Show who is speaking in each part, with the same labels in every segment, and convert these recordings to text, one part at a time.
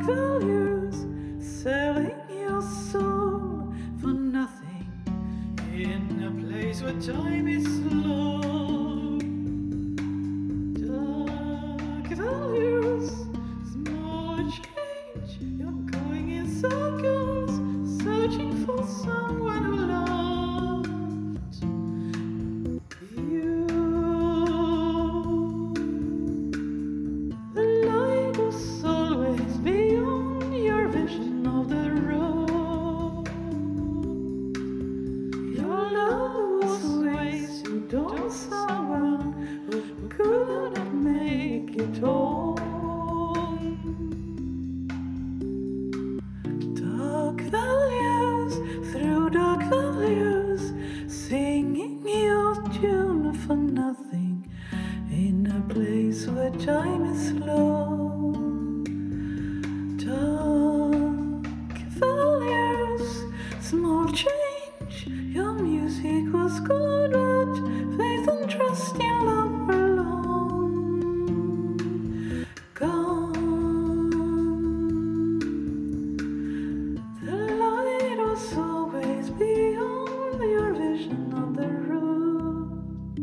Speaker 1: values, selling your soul for nothing in a place where time is slow. Dark values, small change, you're going in circles, searching for someone who loves you. The light was always beyond your vision of the road. Your love was ways you don't someone who could not make it home. Dark values, through dark values, singing your tune for nothing in a place where time is slow. Dark values, small change, your music was good, but faith and trust in love were long gone. The light was always beyond your vision of the road.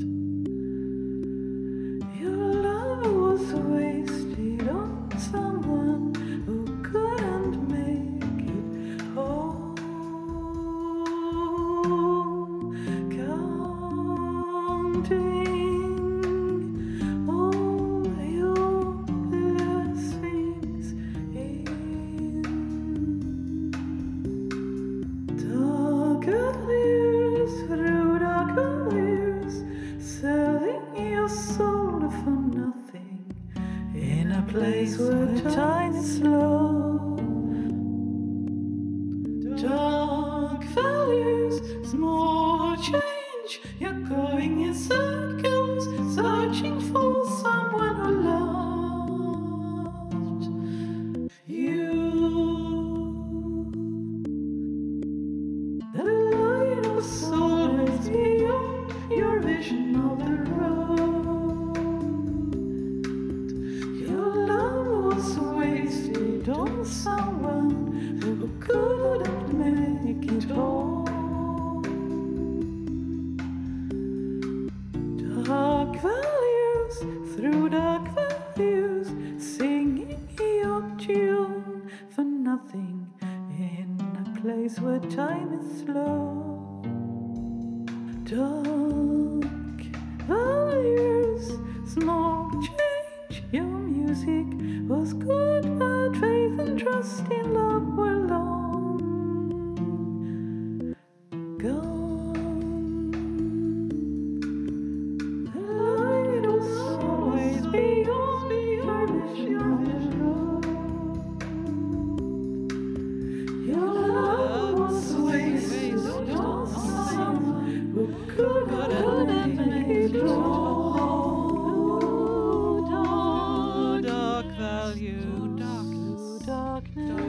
Speaker 1: Your love was wasted on someone who couldn't make it home. Counting all your blessings in. Dark years, through dark years, selling your soul for nothing in a place where time is slow. Dark values, small change, you're going in circles, searching for someone who loved you. The light of soul is beyond your vision of the road. Your love was wasted on someone who couldn't make it home. Dark values, through dark values, singing your tune for nothing in a place where time is slow. Dark values, small change, your music was good, but faith and trust in love were long gone. The light was always beyond your vision. Your love was wasted on someone who couldn't make it all. Dark values, darkness, darkness.